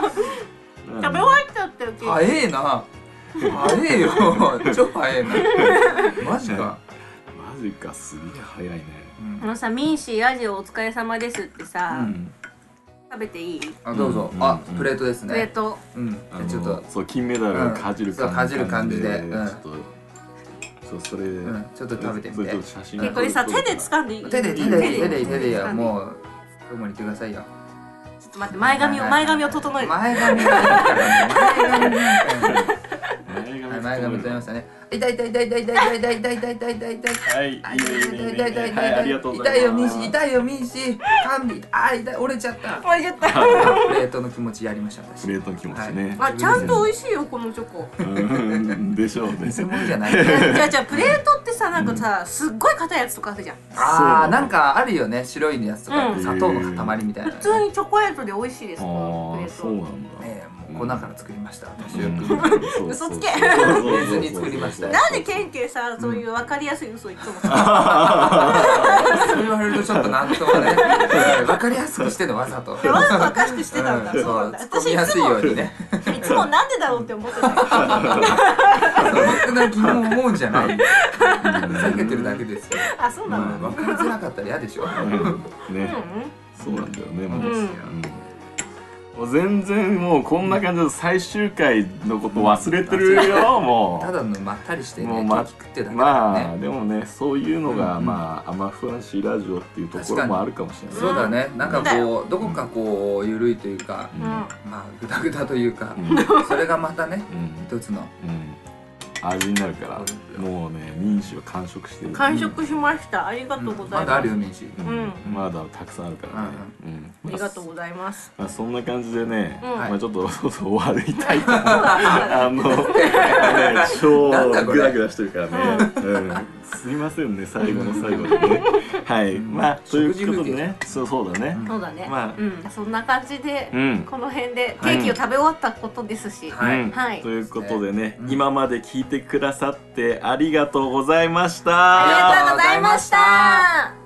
Speaker 5: 食べ終わっちゃったよケーキ
Speaker 2: 早えな。早 えよ。超早えな。マジか。
Speaker 3: マジかすげえ早いね。
Speaker 2: うん
Speaker 5: あのさミンシーラジオお疲れ様ですってさ、
Speaker 3: うん。
Speaker 5: 食べていい
Speaker 2: あどうぞ
Speaker 3: う。ん
Speaker 2: あ
Speaker 3: うん
Speaker 2: プレートです
Speaker 5: プレー
Speaker 2: ね。
Speaker 5: ト
Speaker 2: うん。じゃ
Speaker 3: あ
Speaker 2: あ
Speaker 3: の
Speaker 2: ちょっと。
Speaker 3: そう金メダルをかじ
Speaker 2: う
Speaker 3: る感じ,、
Speaker 2: んそうかじる感じでうん
Speaker 3: ちょっとそうそれ、
Speaker 2: うん、ちょっと食べてみ
Speaker 3: それ
Speaker 2: て
Speaker 3: ちょっと写真
Speaker 5: えこれさ手で
Speaker 3: う
Speaker 5: 掴んでいい
Speaker 2: 手で手で手で手で
Speaker 5: 掴ん
Speaker 2: や
Speaker 5: いい
Speaker 2: もうどうも言ってくださいよ
Speaker 5: ちょっと待って前髪を前髪を整える
Speaker 2: 前髪がいいからね前髪がいいからね
Speaker 3: 前
Speaker 2: はい、
Speaker 3: 髪
Speaker 2: 前髪取りまし
Speaker 3: す
Speaker 2: たね。痛い痛い痛い痛い痛い痛い痛い痛い痛い痛い痛い。
Speaker 3: はいいいねいいねいいね
Speaker 2: 痛い痛い痛い痛い
Speaker 3: はいありがとうござ
Speaker 2: 痛い
Speaker 3: い
Speaker 2: よミ
Speaker 3: ま
Speaker 2: ン
Speaker 3: す
Speaker 2: シ痛いよミンシ噛んであ痛い折れちゃった
Speaker 5: 折れちゃった
Speaker 2: プレートの気持ちやりました
Speaker 3: プ
Speaker 2: 私
Speaker 3: レートの気持ちね、
Speaker 5: あちゃんと美味しいよこのチョコ
Speaker 3: うんでしょうね
Speaker 2: 偽物じゃない
Speaker 5: じゃあじゃあプレートってさなんかさすっごい硬いやつとかあるじゃん
Speaker 2: あーなんかあるよね白いやつとか
Speaker 5: うん
Speaker 2: 砂糖の塊みたいな
Speaker 5: 普通にチョコレートで美味しいです
Speaker 3: あ
Speaker 5: このプレ
Speaker 3: ーそう
Speaker 5: ー
Speaker 3: なんだ、
Speaker 2: ええもう粉から作りました私よく
Speaker 3: うん
Speaker 5: 嘘つけ
Speaker 2: ベースに作りました
Speaker 5: ト
Speaker 2: よ
Speaker 5: なんでケンケンさそういう分かりやすい嘘いつもさ
Speaker 2: そう言われるとちょっとなんともねうんわかりやすくしてんのわざと
Speaker 5: わざとかしくしてたんだ
Speaker 2: うん
Speaker 5: そうなんだ
Speaker 2: 突っ
Speaker 5: 私
Speaker 2: 込み
Speaker 5: い
Speaker 2: や
Speaker 5: つ
Speaker 2: すいようにね
Speaker 5: もいつもなんでだろうって思ってたよ
Speaker 2: 僕の疑問思うんじゃない避けてるだけですよ
Speaker 5: あそうなの
Speaker 2: 分かりづらかったら嫌でしょ
Speaker 3: うんね、そうなんだよねもう、うんもう全然もうこんな感じで最終回のこと忘れてるよもう
Speaker 2: ただのまったりしてね、
Speaker 3: も
Speaker 2: 大
Speaker 3: うま
Speaker 2: きくってだけだね、
Speaker 3: まあでもねそういうのが、
Speaker 2: うんうん
Speaker 3: まあアマフアンシーラジオっていうところもあるかもしれない
Speaker 2: そうだね、なんか
Speaker 5: だ
Speaker 2: こうどこかこう緩いというか、
Speaker 3: うん
Speaker 2: まあグダグダというか、
Speaker 3: うん
Speaker 2: それがまたね
Speaker 3: うん
Speaker 2: 一つの
Speaker 3: うん味になるからもうね民主は完食してる
Speaker 1: 完食しましたありがとうござ
Speaker 6: ま
Speaker 1: い
Speaker 6: だあ
Speaker 1: ます、
Speaker 6: るよ民主
Speaker 3: うん
Speaker 1: うん
Speaker 3: まだたくさんあるからね、うん
Speaker 1: ありがとうございます
Speaker 3: まあ、そんな感じでね、
Speaker 1: うん
Speaker 3: まあ、ちょっと そ ろそろ終わりたいと思うあ の、ね、超
Speaker 6: なんだこれ
Speaker 3: グラグラしてるからね、うん、すいませんね最後の最後でねはいまあということでねそうそうだね、
Speaker 1: そうだね、
Speaker 3: まあ
Speaker 1: うん、そんな感じで、
Speaker 3: うん
Speaker 1: この辺でケーキを食べ終わったことですし、
Speaker 6: はい
Speaker 3: うん
Speaker 1: はい
Speaker 3: ということでね、
Speaker 6: うん
Speaker 3: 今まで聞いてくださってありがとうございまし
Speaker 2: あ
Speaker 3: た
Speaker 2: りがとうございました